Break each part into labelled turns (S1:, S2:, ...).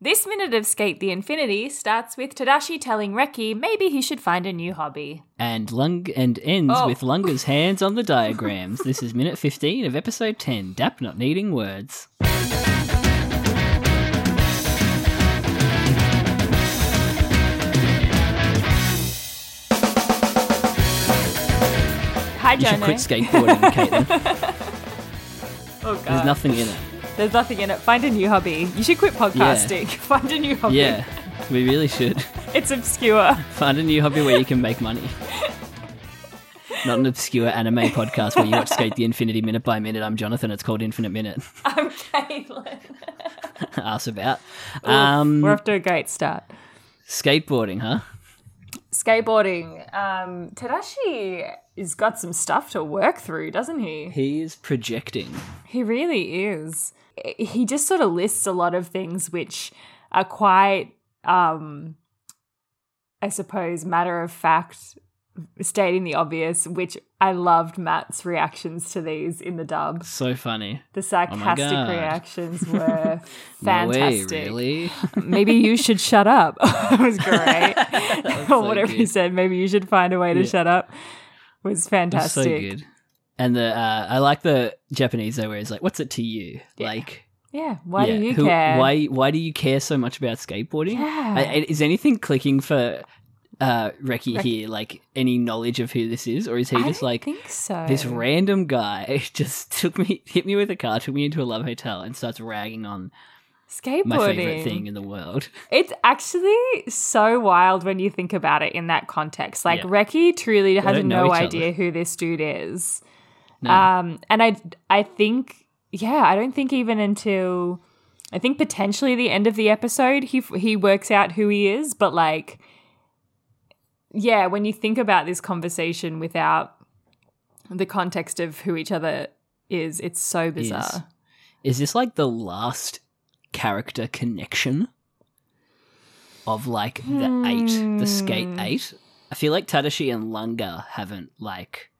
S1: This minute of Skate the Infinity starts with Tadashi telling Reki maybe he should find a new hobby.
S2: And lung and ends
S1: Oh.
S2: with Lunga's hands on the diagrams. this is minute fifteen of episode ten. Dap not needing words.
S1: Hi,
S2: You should
S1: Jono.
S2: quit skateboarding, Caitlin.
S1: oh, God.
S2: There's nothing in it.
S1: There's nothing in it. Find a new hobby. You should quit podcasting. Find a new hobby.
S2: Yeah, we really should
S1: It's obscure.
S2: find a new hobby where you can make money. Not an obscure anime podcast where you watch Skate the Infinity minute by minute. I'm Jonathan. It's called Infinite Minute.
S1: I'm Caitlin.
S2: Ask about
S1: We're
S2: um,
S1: off to a great start.
S2: skateboarding, huh?
S1: Skateboarding. Um, Tadashi has got some stuff to work through, doesn't he?
S2: He is projecting.
S1: He really is. Eh, He just sort of lists a lot of things which are quite, um, I suppose, matter of fact, stating the obvious, which I loved Matt's reactions to these in the dub.
S2: So funny.
S1: The sarcastic
S2: Oh God.
S1: reactions were
S2: No way,
S1: fantastic.
S2: really?
S1: Maybe you should shut up. it was great.
S2: was
S1: or
S2: so
S1: whatever he
S2: good.
S1: said, maybe you should find a way to
S2: Yeah.
S1: shut up was
S2: That's
S1: fantastic.
S2: so good. And the uh, I like the Japanese though, where he's like, "What's it to you?" Like,
S1: Yeah. Why
S2: yeah,
S1: do you
S2: who-
S1: care?
S2: Why Why do you care so much about skateboarding?
S1: Yeah.
S2: I, I- is anything clicking for uh, Reki here? Like any knowledge of who this is, or is he
S1: I
S2: just
S1: don't
S2: like
S1: think so.
S2: this random guy just took me, hit me with a car, took me into a love hotel, and starts ragging on
S1: skateboarding.
S2: my favorite thing in the world?
S1: It's actually so wild when you think about it in that context. Like
S2: Yeah.
S1: Reki truly has
S2: don't
S1: no
S2: know each
S1: idea
S2: other.
S1: who this dude is.
S2: No.
S1: Um, and I, I think, yeah, I don't think even until, I think potentially the end of the episode, he f- he works out who he is. But like, yeah, when you think about this conversation without the context of who each other is, it's so bizarre.
S2: Is this like the last character connection of like the eight, the skate
S1: Hmm.
S2: eight? I feel like Tadashi and Lunga haven't like,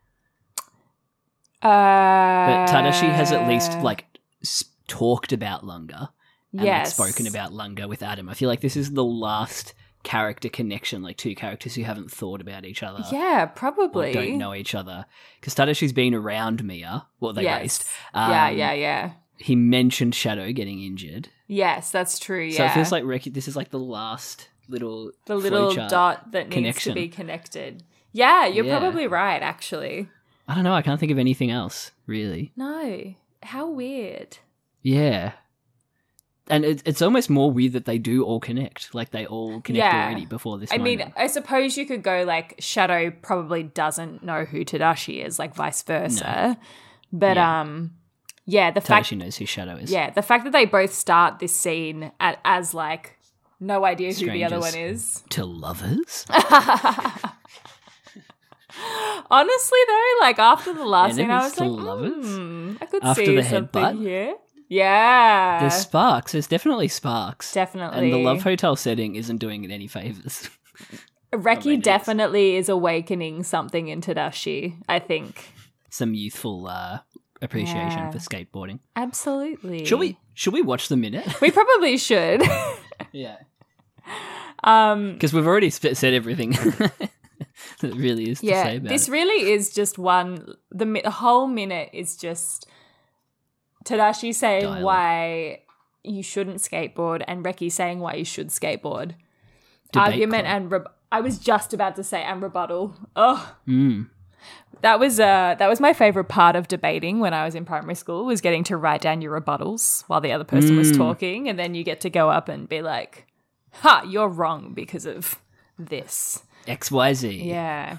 S2: but
S1: Uh,
S2: Tadashi has at least like s- talked about Lunga and like,
S1: yes.
S2: spoken about Lunga with Adam. I feel like this is the last character connection, like two characters who haven't thought about each other.
S1: Yeah,
S2: uh, Or
S1: probably.
S2: don't know each other because Tadashi's been around Mia. Well, they
S1: yes.
S2: raced.
S1: yeah,
S2: Um,
S1: yeah, yeah.
S2: He mentioned Shadow getting injured.
S1: Yes, that's true. Yeah.
S2: So it feels like Ricky, this is like the last little
S1: the little
S2: flowchart.
S1: dot that needs to
S2: connection.
S1: be connected. Yeah, you're
S2: Yeah.
S1: probably right, actually.
S2: I don't know. I can't think of anything else really.
S1: No. How weird.
S2: Yeah, and it, it's almost more weird that they do all connect. Like they all connect
S1: Yeah.
S2: already before this.
S1: I mean,
S2: moment.
S1: I suppose you could go like Shadow probably doesn't know who Tadashi is, like vice versa. But
S2: Yeah.
S1: um yeah, the fact
S2: Tadashi knows who Shadow is.
S1: yeah, the fact that they both start this scene at, as like no idea who the other one
S2: Strangers.
S1: is.
S2: To lovers,
S1: Uh-huh. Honestly, though, like after the last scene, I
S2: Enemies
S1: was
S2: to
S1: like,
S2: lovers?
S1: "Hmm, I could
S2: After
S1: see
S2: the
S1: something
S2: headbutt?
S1: here. Yeah,
S2: there's sparks. There's definitely sparks.
S1: definitely.
S2: And the love hotel setting isn't doing it any favors.
S1: Reki
S2: is.
S1: definitely is awakening something in Tadashi. I think
S2: Some youthful uh, appreciation
S1: Yeah.
S2: for skateboarding.
S1: absolutely.
S2: Should we? Should we watch the minute?
S1: We probably should.
S2: yeah.
S1: um,
S2: Because we've already sp- said everything that really is to say
S1: yeah,
S2: about
S1: this
S2: it.
S1: really is just one. The, mi- the whole minute is just Tadashi saying
S2: Dialogue.
S1: why you shouldn't skateboard and Reki saying why you should skateboard.
S2: Debate
S1: argument
S2: club.
S1: and re- I was just about to say and rebuttal. Oh,
S2: Mm.
S1: that was uh that was my favorite part of debating when I was in primary school was getting to write down your rebuttals while the other person was
S2: Mm.
S1: talking, and then you get to go up and be like, "Ha, you're wrong because of this."
S2: X Y Z.
S1: Yeah.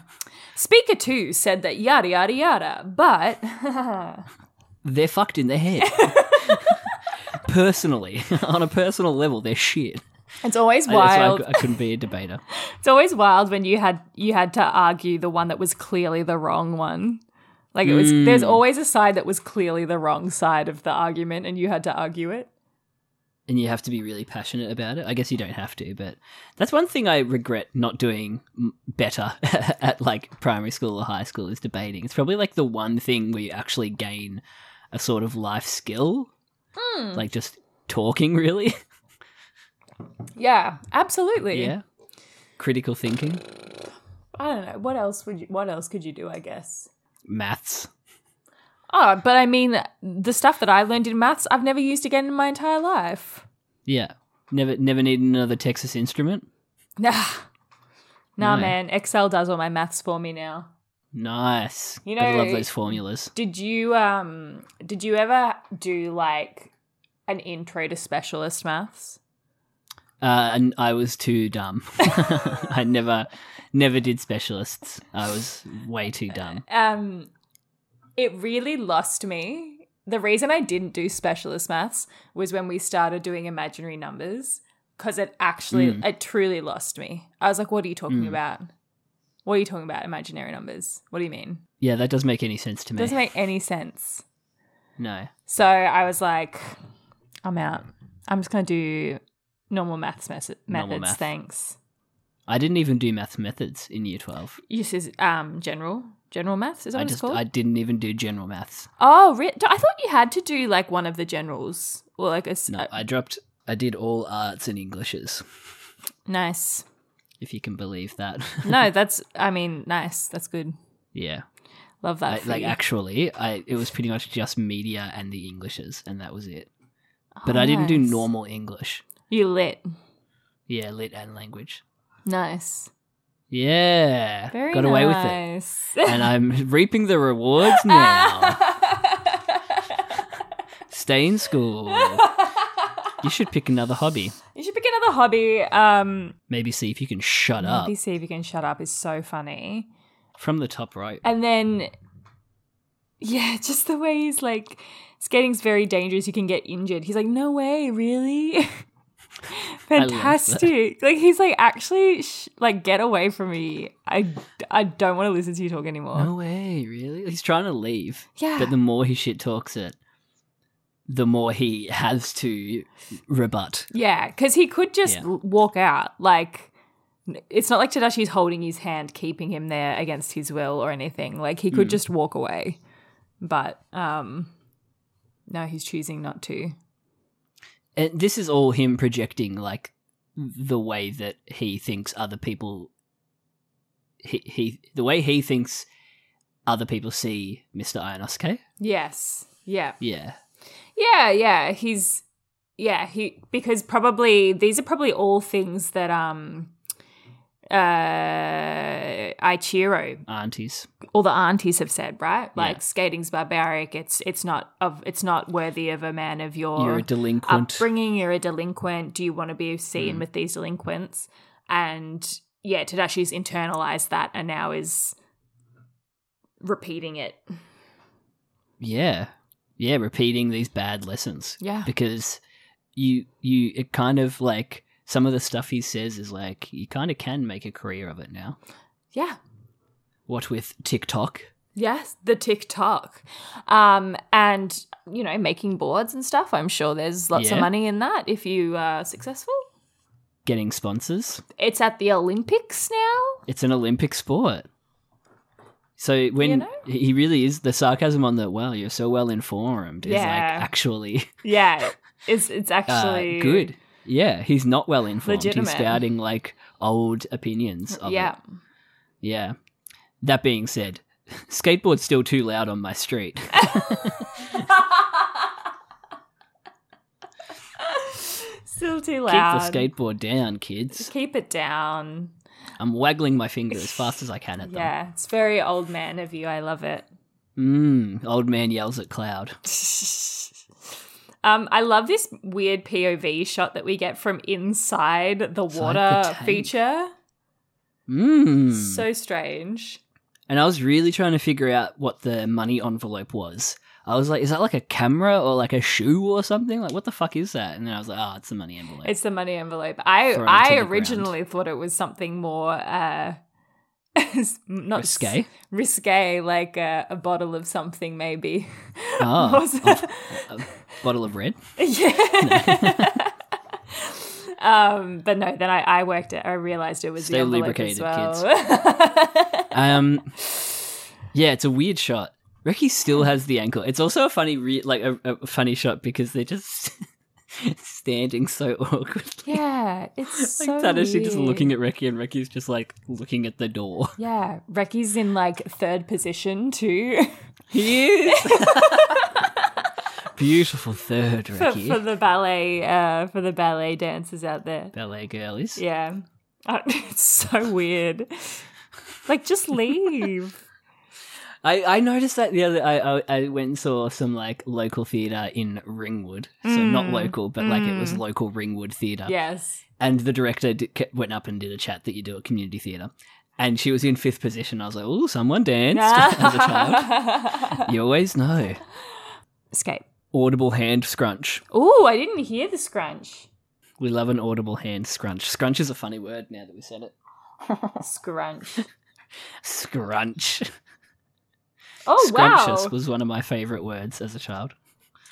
S1: Speaker two said that yada yada yada, but
S2: They're fucked in the head. personally, on a personal level, they're shit.
S1: It's always
S2: I- that's why I,
S1: wild.
S2: cou- I couldn't be a debater.
S1: It's always wild when you had you had to argue the one that was clearly the wrong one. Like it was
S2: Hmm.
S1: there's always a side that was clearly the wrong side of the argument and you had to argue it.
S2: and you have to be really passionate about it. I guess you don't have to, but that's one thing I regret not doing m- better at like primary school or high school is debating. It's probably like the one thing where you actually gain a sort of life skill,
S1: Hmm.
S2: like just talking, really.
S1: Yeah, absolutely.
S2: yeah, critical thinking,
S1: I don't know. What else would you what else could you do, I guess?
S2: maths.
S1: Oh, but I mean the stuff that I learned in maths I've never used again in my entire life.
S2: Yeah, never, never need another Texas instrument.
S1: Nah. Nah
S2: No.
S1: man, Excel does all my maths for me now.
S2: Nice.
S1: You
S2: Gotta love
S1: know-
S2: those formulas.
S1: Did you um did you ever do like an intro to specialist maths?
S2: Uh, and I was too dumb. I never, never did specialists. I was way too dumb.
S1: um it really lost me the reason i didn't do specialist maths was when we started doing imaginary numbers because it actually
S2: Mm.
S1: it truly lost me i was like what are you talking about what are you talking about imaginary numbers what do you mean
S2: Yeah, that doesn't make any sense to me.
S1: doesn't make any sense
S2: no.
S1: so i was like i'm out i'm just going to do normal maths mes- methods
S2: Normal math.
S1: thanks
S2: I didn't even do maths methods in year 12.
S1: this is um general general maths is that
S2: I
S1: what
S2: just
S1: it's called
S2: I didn't even do general maths.
S1: oh re- i thought you had to do like one of the generals or like a, s- uh,
S2: No, I dropped I did all arts and Englishes,
S1: Nice.
S2: if you can believe that.
S1: No, that's. I mean, nice. That's good.
S2: yeah.
S1: Love
S2: I,
S1: that. for
S2: like
S1: you.
S2: actually, I it was pretty much just media and the Englishes and that was it. But I didn't do
S1: Oh, nice.
S2: normal English.
S1: you lit.
S2: Yeah, lit and language.
S1: Nice.
S2: Yeah.
S1: Very
S2: Got away with it.
S1: with
S2: and I'm reaping the rewards now. Stay in school. You should pick another hobby.
S1: you should pick another hobby. Um,
S2: Maybe see if you can shut up
S1: maybe see if you can shut up is so funny.
S2: from the top right.
S1: And then, yeah, just the way he's like, skating's very dangerous. You can get injured. He's like, no way, really.
S2: love that.
S1: Fantastic. Like he's like, actually, sh- like get away from me. I I don't want to listen to you talk anymore.
S2: No way, really? He's trying to leave.
S1: Oh. Yeah.
S2: But the more he shit talks it, the more he has to rebut.
S1: Yeah, because he could just
S2: Yeah.
S1: l- walk out. Like, n- it's not like Tadashi's holding his hand, keeping him there against his will or anything. Like, he
S2: Mm.
S1: could just walk away. But um no, he's choosing not to.
S2: And this is all him projecting, like, the way that he thinks other people. He, he the way he thinks other people see Mr. Ionosuke.
S1: Yes. Yeah.
S2: Yeah.
S1: Yeah, yeah. He's yeah, he because probably these are probably all things that um uh Ichiro
S2: Aunties.
S1: all the aunties have said, right? Like
S2: Yeah.
S1: skating's barbaric. It's it's not of it's not worthy of a man of your
S2: You're a delinquent.
S1: upbringing. You're a delinquent. Do you want to be
S2: Mm.
S1: seen with these delinquents? And yeah, Tadashi's internalized that and now is repeating it.
S2: Yeah. Yeah, repeating these bad lessons.
S1: Yeah.
S2: Because you you it kind of like some of the stuff he says is like you kind of can make a career of it now.
S1: Yeah.
S2: What with TikTok?
S1: Yes, the TikTok. Um and you know, making boards and stuff. I'm sure there's lots of
S2: Yeah.
S1: money in that if you are successful.
S2: Getting sponsors.
S1: It's at the Olympics now.
S2: It's an Olympic sport. So when
S1: You know?
S2: he really is the sarcasm on the wow, you're so well informed is
S1: Yeah.
S2: like actually
S1: Yeah. It's it's
S2: uh,
S1: actually
S2: good. Yeah, he's not well informed.
S1: Legitimate.
S2: He's spouting like old opinions of it.
S1: Yeah.
S2: Yeah. That being said, skateboard's still too loud on my street.
S1: Still too
S2: Keep the
S1: loud.
S2: skateboard down, kids.
S1: Keep it down.
S2: I'm waggling my finger as fast as I can at them.
S1: Yeah, it's very old man of you. I love it.
S2: Mmm, old man yells at cloud.
S1: Um, I love this weird POV shot that we get from inside the
S2: Inside
S1: water
S2: the tank.
S1: feature.
S2: Mmm.
S1: So strange.
S2: And I was really trying to figure out what the money envelope was. I was like, is that like a camera or like a shoe or something? Like, what the fuck is that? And then I was like, oh, it's the money envelope.
S1: It's the money envelope. I
S2: Thrown to
S1: I
S2: the
S1: originally thought it was something more uh not s-
S2: Risque?
S1: risque like a, a bottle of something maybe.
S2: oh,
S1: was-
S2: oh, a bottle of red.
S1: yeah. um but no, then I, I worked it. I realized it was the
S2: Stay
S1: envelope as
S2: lubricated,
S1: well.
S2: Um, yeah, it's a weird shot. Ricky still has the ankle. It's also a funny, re- like a, a funny shot because they're just standing so awkwardly.
S1: yeah, it's so
S2: like Tadashi just
S1: weird.
S2: looking at Ricky, and Ricky's just like looking at the door.
S1: Yeah, Reki's in like third position too
S2: He is beautiful third
S1: for,
S2: Ricky
S1: for the ballet uh for the ballet dancers out there.
S2: ballet girlies.
S1: Yeah. I- It's so weird. Like, just leave.
S2: I, I noticed that the other I, I I went and saw some like local theater in Ringwood, so
S1: Mm,
S2: not local, but like it was local Ringwood theater.
S1: yes.
S2: and the director did, ke- went up and did a chat that you do at community theatre. And she was in fifth position. I was like, oh, someone danced as a child. You always know.
S1: Escape.
S2: Audible hand scrunch.
S1: Ooh, I didn't hear the scrunch.
S2: We love an audible hand scrunch. Scrunch is a funny word now that we said it.
S1: Scrunch.
S2: Scrunch.
S1: Oh, wow.
S2: Scrunchus was one of my favourite words as a child.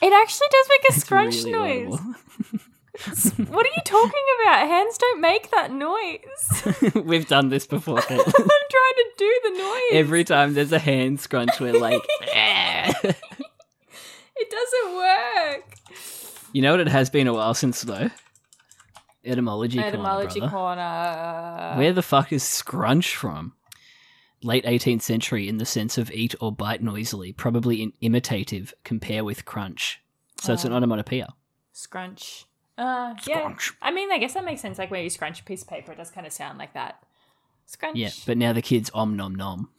S1: It actually does make a
S2: It's
S1: scrunch
S2: really
S1: noise.
S2: audible.
S1: what are you talking about? Hands don't make that noise.
S2: We've done this before. Caitlin.
S1: I'm trying to do the noise.
S2: Every time there's a hand scrunch, we're like, "Eh."
S1: it doesn't work.
S2: you know what? It has been a while since though. Etymology. corner,
S1: Etymology
S2: brother.
S1: corner.
S2: Where the fuck is scrunch from? Late 18th century in the sense of eat or bite noisily, probably in imitative, compare with crunch. So it's an
S1: Oh.
S2: onomatopoeia.
S1: Scrunch. Uh, yeah.
S2: Scrunch.
S1: I mean, I guess that makes sense. Like when you scrunch a piece of paper, it does kind of sound like that. Scrunch.
S2: Yeah, but now the kids om nom nom.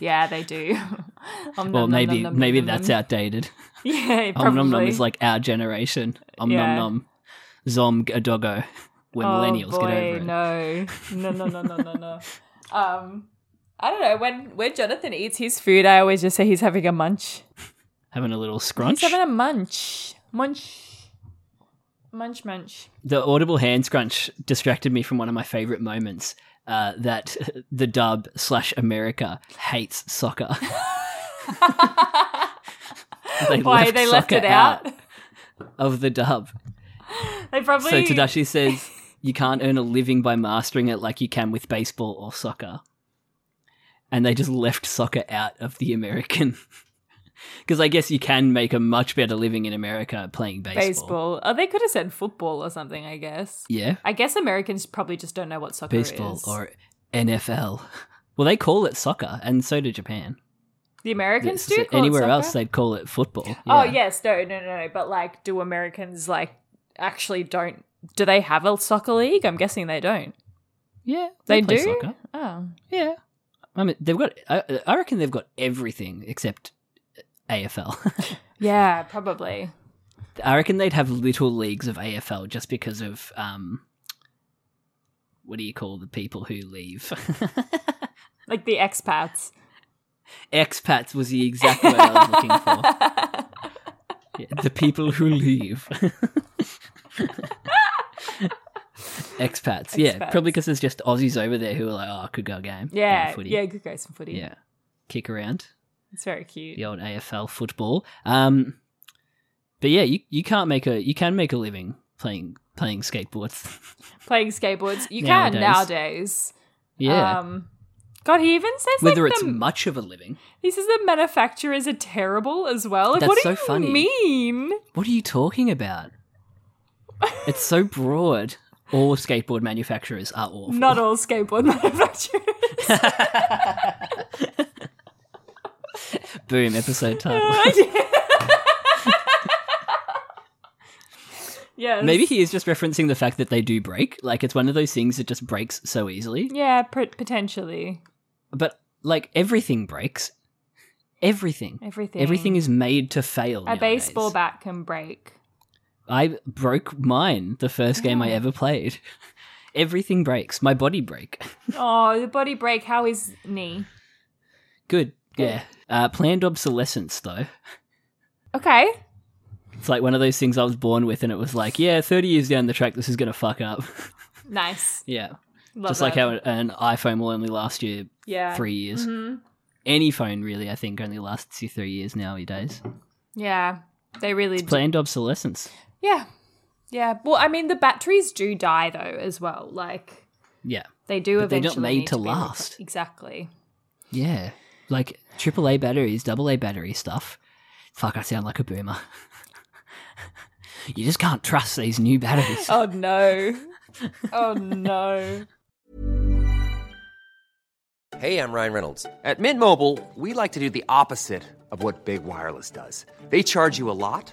S1: yeah, they do. Om nom
S2: Well,
S1: nom
S2: maybe
S1: nom nom
S2: maybe
S1: nom
S2: that's
S1: nom.
S2: outdated.
S1: Yeah, probably.
S2: Om nom nom is like our generation. Om
S1: Yeah.
S2: nom nom. Zom a doggo. When millennials
S1: oh, boy,
S2: get over it.
S1: No, no, no, no, no, no, no. um, I don't know. When when Jonathan eats his food, I always just say he's having a munch.
S2: Having a little scrunch.
S1: He's having a munch, munch, munch, munch.
S2: the audible hand scrunch distracted me from one of my favorite moments uh, that the dub slash America hates soccer. they
S1: Why they left
S2: soccer
S1: it out?
S2: of the dub.
S1: They probably
S2: So Tadashi says you can't earn a living by mastering it like you can with baseball or soccer. And they just left soccer out of the American. Because I guess you can make a much better living in America playing baseball.
S1: baseball. Oh, they could have said football or something. I guess.
S2: Yeah.
S1: I guess Americans probably just don't know what soccer
S2: baseball
S1: is.
S2: or NFL. Well, they call it soccer, and so do Japan.
S1: the Americans do.
S2: So
S1: call it
S2: anywhere else,
S1: soccer?
S2: they'd call it football.
S1: Oh yes, no, no, no, no. But like, do Americans like actually don't? Do they have a soccer league? I'm guessing they don't.
S2: yeah,
S1: They,
S2: play
S1: do.
S2: Soccer.
S1: Oh,
S2: Yeah, I mean they've got. I, I reckon they've got everything except AFL.
S1: yeah, probably.
S2: I reckon they'd have little leagues of AFL just because of um, what do you call the people who leave?
S1: Like the expats.
S2: Expats was the exact word I was looking for. Yeah, the people who leave. Expats, yeah,
S1: Expats.
S2: probably because there's just Aussies over there who are like, "Oh, I could go game, go
S1: Yeah,
S2: footy.
S1: yeah. Good guys from footy.
S2: yeah, kick around
S1: it's very cute.
S2: the old AFL football." Um, but yeah, you you can't make a you can make a living playing playing skateboards.
S1: Playing skateboards, you can
S2: Nowadays.
S1: nowadays.
S2: yeah,
S1: Um, God, he even says
S2: whether
S1: like
S2: it's
S1: the,
S2: much of a living.
S1: he says the manufacturers are terrible as well. Like,
S2: That's
S1: what do
S2: so
S1: you
S2: funny.
S1: mean?
S2: What are you talking about? it's so broad. All skateboard manufacturers are awful.
S1: Not all skateboard manufacturers.
S2: Boom episode title.
S1: yes.
S2: Maybe he is just referencing the fact that they do break. Like it's one of those things that just breaks so easily.
S1: Yeah, pr- potentially.
S2: But like everything breaks. Everything.
S1: Everything.
S2: Everything is made to fail.
S1: A baseball
S2: bat.
S1: bat can break.
S2: I broke mine the first game I ever played. Everything breaks. My body break.
S1: Oh, the body break. How is knee?
S2: Good. Yeah. Uh, planned obsolescence though.
S1: Okay.
S2: It's like one of those things I was born with, and it was like, yeah, 30 years down the track, this is going to fuck up.
S1: Nice.
S2: yeah.
S1: Love
S2: Just like
S1: that.
S2: how an iPhone will only last you
S1: yeah.
S2: three years.
S1: Mhm.
S2: Any phone, really, I think, only lasts you three years nowadays.
S1: Yeah. They really do.
S2: Planned obsolescence.
S1: Yeah. Yeah. Well, I mean, the batteries do die though as well. Like
S2: Yeah.
S1: they do
S2: But they're not
S1: eventually.
S2: made
S1: need
S2: to
S1: be
S2: last.
S1: repla- exactly.
S2: Yeah. Like AAA batteries, AA battery stuff. Fuck, I sound like a boomer. you just can't trust these new batteries.
S1: Oh no. oh no.
S3: Hey, I'm Ryan Reynolds. At Mint Mobile, we like to do the opposite of what Big Wireless does. They charge you a lot,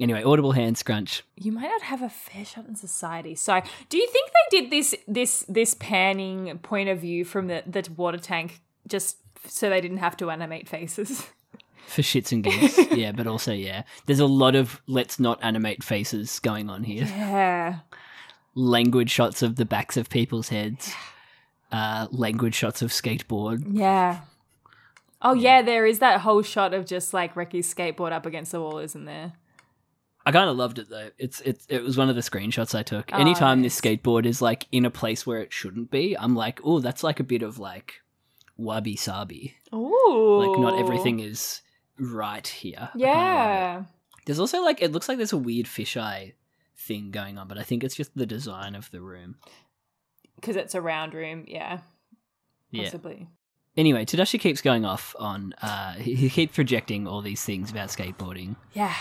S2: Anyway, audible hand scrunch.
S1: You might not have a fair shot in society. So, do you think they did this this this panning point of view from the, the water tank just so they didn't have to animate faces?
S2: For shits and gigs. yeah, but also, yeah. There's a lot of let's not animate faces going on here.
S1: Yeah.
S2: Language shots of the backs of people's heads. Uh, language shots of skateboard.
S1: Yeah. Oh yeah, there is that whole shot of just like Ricky's skateboard up against the wall, isn't there?
S2: I kind of loved it though. It's it it was one of the screenshots I took.
S1: Oh,
S2: Anytime
S1: nice.
S2: this skateboard is like in a place where it shouldn't be, I'm like, oh, that's like a bit of like wabi sabi.
S1: Ooh.
S2: Like not everything is right here. I kinda love it.
S1: Yeah.
S2: There's also like it looks like there's a weird fisheye thing going on, but I think it's just the design of the room.
S1: Because it's a round room. Yeah.
S2: Yeah.
S1: Possibly.
S2: Anyway, Tadashi keeps going off on uh he, he keeps projecting all these things about skateboarding.
S1: Yeah.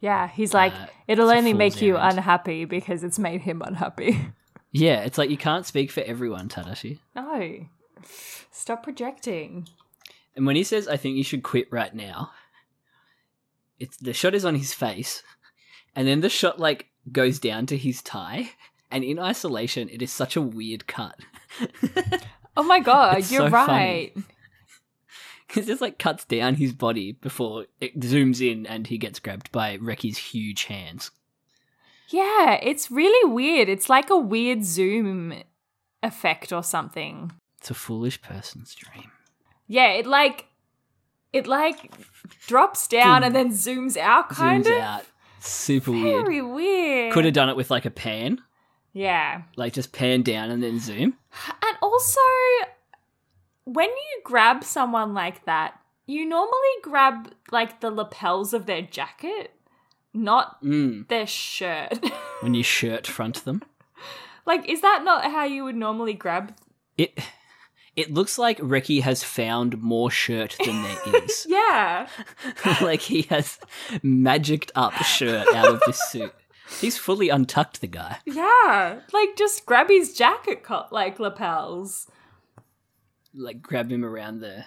S1: Yeah. He's like,
S2: Uh,
S1: it'll
S2: it's a
S1: only make
S2: fool's
S1: you
S2: errand."
S1: unhappy because it's made him unhappy.
S2: Yeah, it's like you can't speak for everyone, Tadashi.
S1: no. Stop projecting.
S2: And when he says, I think you should quit right now, it's the shot is on his face, and then the shot like goes down to his tie, and in isolation, it is such a weird cut.
S1: Oh my god,
S2: It's
S1: you're
S2: so funny.
S1: right.
S2: Because just like cuts down his body before it zooms in and he gets grabbed by Reki's huge hands.
S1: Yeah, it's really weird. It's like a weird zoom effect or something.
S2: It's a foolish person's dream.
S1: Yeah, it like it like drops down and then zooms out kind
S2: Zooms
S1: of.
S2: out. Super weird.
S1: Very weird.
S2: Could have done it with like a pan,
S1: Yeah.
S2: like just pan down and then zoom.
S1: And also when you grab someone like that, you normally grab like the lapels of their jacket, not
S2: Mm.
S1: their shirt.
S2: When you shirt front them.
S1: like is that not how you would normally grab?
S2: It it looks like Ricky has found more shirt than there is.
S1: Yeah.
S2: like he has magicked up shirt out of this suit. He's fully untucked the guy.
S1: Yeah. Like just grab his jacket co- like lapels.
S2: Like grab him around the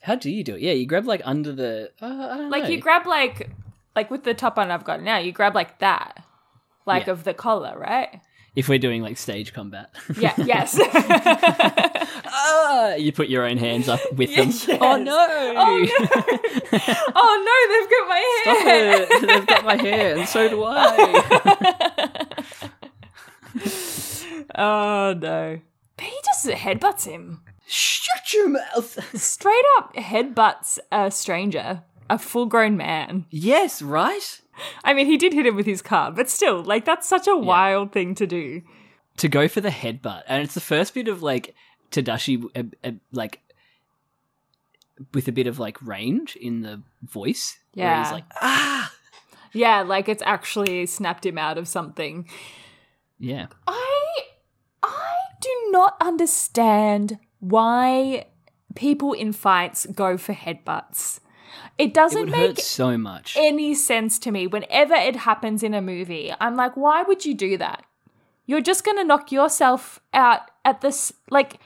S2: How do you do it? Yeah, you grab like under the uh, I don't
S1: Like
S2: know.
S1: you grab like like with the top on I've got now, you grab like that. Like
S2: Yeah.
S1: of the collar, right?
S2: if we're doing like stage combat.
S1: Yeah, yes.
S2: Ah, you put your own hands up with them.
S1: Yes.
S2: Oh no.
S1: Oh, no. oh no, they've got my
S2: Stop
S1: hair.
S2: it. They've got my hair and so do I.
S1: Oh no. But he just headbutts him.
S2: Shut your mouth.
S1: Straight up headbutts a stranger, a full grown man.
S2: yes, right?
S1: I mean, he did hit him with his car, but still, like, that's such a wild thing to do.
S2: to go for the headbutt, and it's the first bit of like Tadashi, uh, uh, like with a bit of like range in the voice. where
S1: Yeah.
S2: he's like ah,
S1: Yeah, like, it's actually snapped him out of something.
S2: Yeah.
S1: I I do not understand why people in fights go for headbutts. It
S2: It
S1: doesn't
S2: would
S1: make
S2: hurt so much.
S1: any sense to me whenever it happens in a movie. I'm like, why would you do that? You're just going to knock yourself out at this like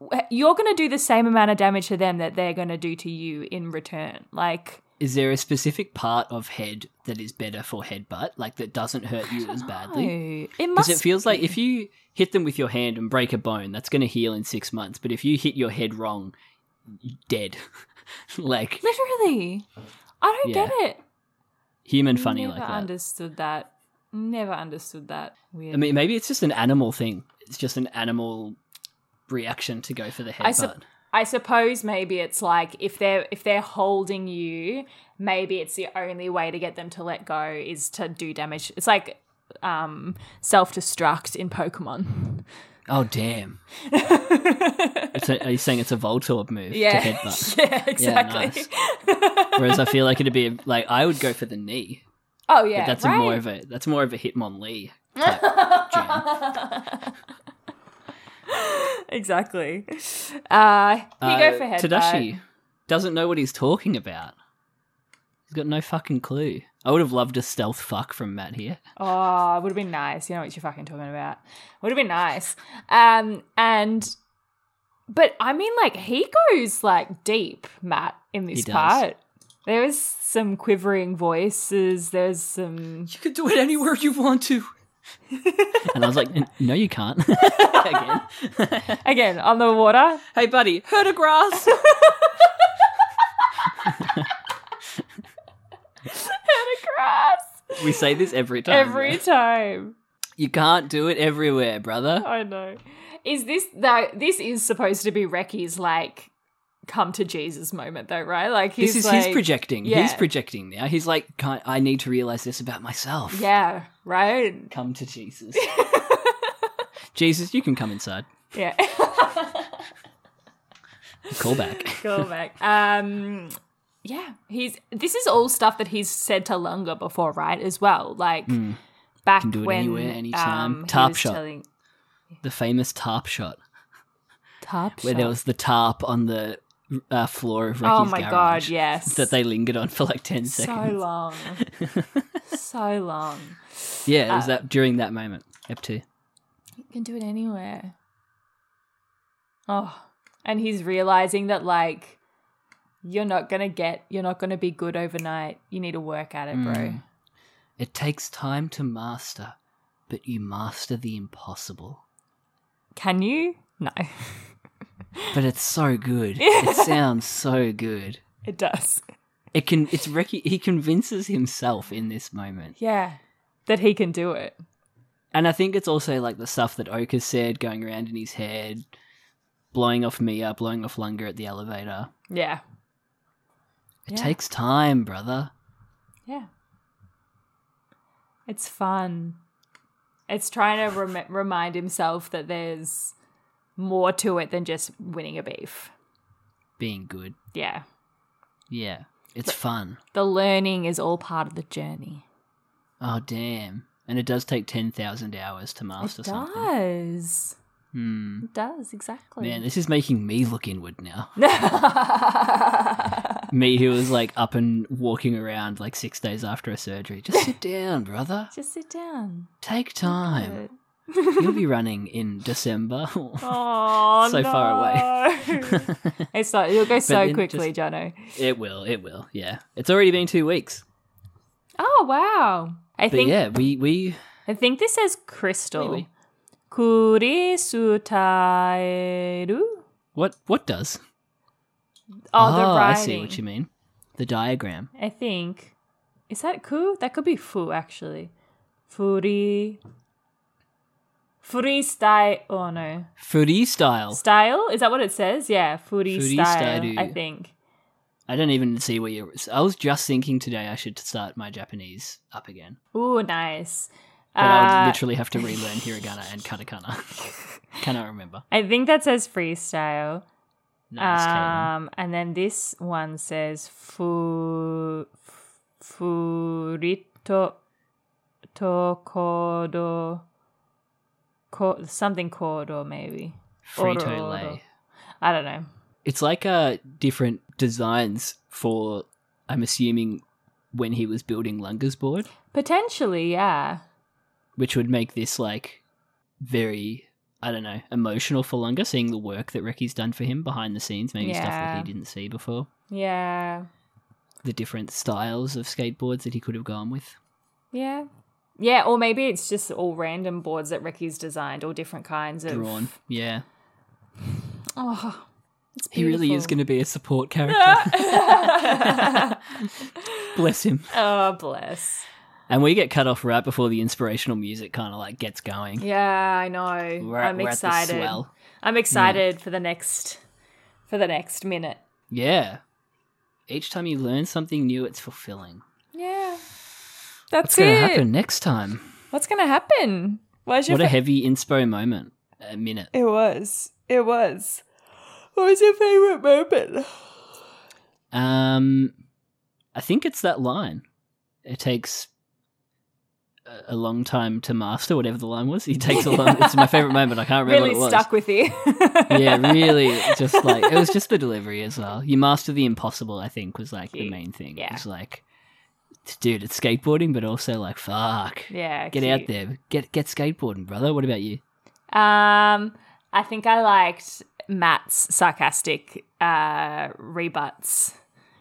S1: w- you're going to do the same amount of damage to them that they're going to do to you in return. Like
S2: Is there a specific part of head that is better for headbutt, like that doesn't hurt you as badly?
S1: no, it
S2: Because
S1: must
S2: it feels like if you hit them with your hand and break a bone, that's going to heal in six months. But if you hit your head wrong, you're dead. like
S1: literally. I don't
S2: Yeah.
S1: get it.
S2: human funny
S1: Never
S2: like that.
S1: understood that. Never understood that. Weird.
S2: I mean, maybe it's just an animal thing. It's just an animal reaction to go for the headbutt.
S1: I, sup- I suppose maybe it's like if they're if they're holding you, maybe it's the only way to get them to let go is to do damage. It's like um self destruct in Pokemon.
S2: oh damn! it's a, are you saying it's a Voltorb move
S1: Yeah,
S2: to headbutt?
S1: yeah, exactly.
S2: Whereas I feel like it'd be like I would go for the knee.
S1: oh yeah,
S2: but that's
S1: right?
S2: a more of a that's more of a Hitmonlee. Type jam.
S1: exactly. Uh, you go
S2: Uh,
S1: for headbutt.
S2: Tadashi doesn't know what he's talking about. He's got no fucking clue. I would have loved a stealth fuck from Matt here.
S1: Oh, it would have been nice. You know what you're fucking talking about. Would have been nice. Um, and but I mean, like he goes like deep, Matt, in this
S2: He does.
S1: part. There was some quivering voices. There's some.
S2: You can do it anywhere you want to. and I was like, "N- no, you can't. Again.
S1: Again, on the water.
S2: Hey, buddy, herd of grass.
S1: Grass.
S2: we say this every time.
S1: Every
S2: right?
S1: time.
S2: You can't do it everywhere, brother.
S1: I know. Is this though? This is supposed to be Recky's like come to Jesus moment, though, right? Like he's
S2: this is
S1: like,
S2: he's projecting. He's
S1: yeah.
S2: projecting now. He's like, can't, I need to realize this about myself.
S1: Yeah. Right.
S2: Come to Jesus. Jesus, you can come inside.
S1: Yeah.
S2: Call back.
S1: Go back. Um, yeah, he's. This is all stuff that he's said to Lunga before, right? As well, like back
S2: Hmm. Can do it
S1: when
S2: anywhere, anytime.
S1: Um, he
S2: Tarp
S1: was
S2: shot.
S1: telling-
S2: The famous tarp shot,
S1: Tarp
S2: where
S1: shot.
S2: there was the tarp on the uh, floor of Ricky's
S1: oh my
S2: garage
S1: god, yes,
S2: That they lingered on for like 10
S1: so
S2: seconds.
S1: long, so long.
S2: Yeah,
S1: uh,
S2: it was that during that moment. Up to.
S1: You can do it anywhere. Oh, and he's realizing that like you're not gonna get, you're not gonna be good overnight. You need to work at it, bro.
S2: Mm. It takes time to master, but you master the impossible.
S1: Can you? No,
S2: But it's so good. it sounds so good.
S1: it does.
S2: It can. It's Ricky. He convinces himself in this moment,
S1: Yeah, that he can do it.
S2: and I think it's also like the stuff that Oka said going around in his head, blowing off Mia, blowing off Lunga at the elevator.
S1: Yeah.
S2: It
S1: Yeah.
S2: takes time, brother.
S1: Yeah. It's fun. It's trying to rem- remind himself that there's more to it than just winning a beef.
S2: Being good,
S1: Yeah.
S2: yeah, it's fun.
S1: The learning is all part of the journey.
S2: Oh damn! And it does take ten thousand hours to master
S1: it
S2: something.
S1: does.
S2: Hmm.
S1: It does, exactly.
S2: Man, this is making me look inward now. me who was like up and walking around like six days after a surgery. Just sit down, brother.
S1: just sit down.
S2: Take time.
S1: Good.
S2: You'll be running in December.
S1: Oh,
S2: So far
S1: away. it's not. It'll go so
S2: then
S1: quickly, Jono.
S2: it will, it will, yeah. It's already been two weeks.
S1: Oh wow! I
S2: But
S1: think
S2: yeah, we we
S1: I think this says crystal.
S2: Maybe.
S1: Kurisutairu.
S2: what what does?
S1: Oh, the writing.
S2: Ah, I see what you mean. The diagram.
S1: I think. Is that ku? That could be fu, actually. Furi. Furi style. Oh, no.
S2: Furi style.
S1: Style? Is that what it says? Yeah, furi, style,
S2: Furistairu.
S1: I think.
S2: I don't even see where you're I was just thinking today I should start my Japanese up again.
S1: Ooh, nice.
S2: But I
S1: Uh,
S2: would literally have to relearn hiragana and katakana. Cannot remember.
S1: I think that says freestyle.
S2: Nice, Caitlin.
S1: um, and then this one says fu, furito to kodo, ko, something kodo maybe.
S2: Frito
S1: Oro, oro.
S2: lay.
S1: I don't know.
S2: It's like uh different designs for I'm assuming when he was building Lunga's board,
S1: Potentially, yeah.
S2: which would make this like very I don't know, emotional for Lunga, seeing the work that Reki's done for him behind the scenes, maybe stuff that
S1: Yeah.
S2: he didn't see before.
S1: Yeah.
S2: The different styles of skateboards that he could have gone with.
S1: Yeah. Yeah, or maybe it's just all random boards that Ricky's designed, all different kinds of
S2: Drawn. Yeah.
S1: Oh, it's
S2: He really is
S1: beautiful.
S2: going to be a support character. Bless him.
S1: Oh, bless.
S2: And we get cut off right before the inspirational music kind of like gets going.
S1: Yeah, I know.
S2: We're at-
S1: I'm
S2: we're at the
S1: excited.
S2: swell.
S1: I'm excited for the next for the next minute.
S2: Yeah. Each time you learn something new, it's fulfilling.
S1: Yeah.
S2: What's
S1: That's
S2: going
S1: it.
S2: to happen next time?
S1: What's going to happen? Where's your
S2: What a
S1: fa-
S2: heavy inspo moment. A minute.
S1: It was. It was. What was your favorite moment?
S2: Um, I think it's that line. It takes a- a long time to master whatever the line was. It takes a long. it's my favorite moment. I can't remember
S1: Really
S2: what it was.
S1: stuck with you.
S2: yeah, really. Just like it was just the delivery as well. You master the impossible. I think was like the main thing.
S1: Yeah.
S2: It's like, dude, it's skateboarding, but also like, fuck,
S1: Yeah.
S2: get
S1: cute.
S2: out there, get get skateboarding, brother. What about you?
S1: Um, I think I liked Matt's sarcastic uh, rebuts,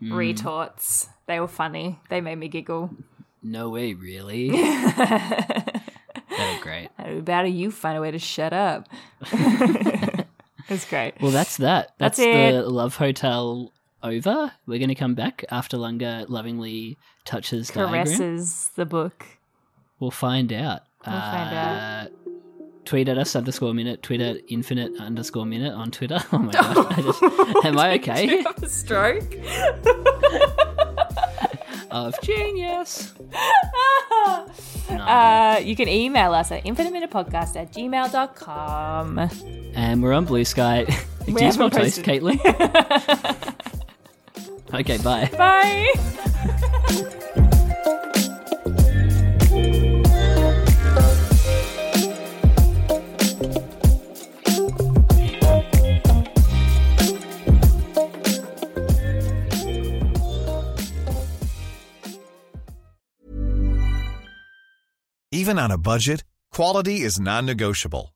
S1: retorts. They were funny. They made me giggle.
S2: No way, really. That'd be great.
S1: About you find a way to shut up. it's great.
S2: Well, that's that. That's,
S1: That's
S2: the Love Hotel over. We're going to come back after Lunga lovingly touches diagram.
S1: Caresses the book.
S2: We'll find out. Uh,
S1: We'll find out.
S2: Tweet at us underscore minute. Tweet at infinite underscore minute on Twitter. Oh my god! I just, am I okay?
S1: Have a stroke.
S2: of genius.
S1: Uh, you can email us at infiniteminutepodcast at gmail.com.
S2: And we're on Blue Sky. Do you
S1: haven't
S2: smell toast,
S1: posted.
S2: Caitlin? okay, bye.
S1: Bye.
S4: Even on a budget, quality is non-negotiable.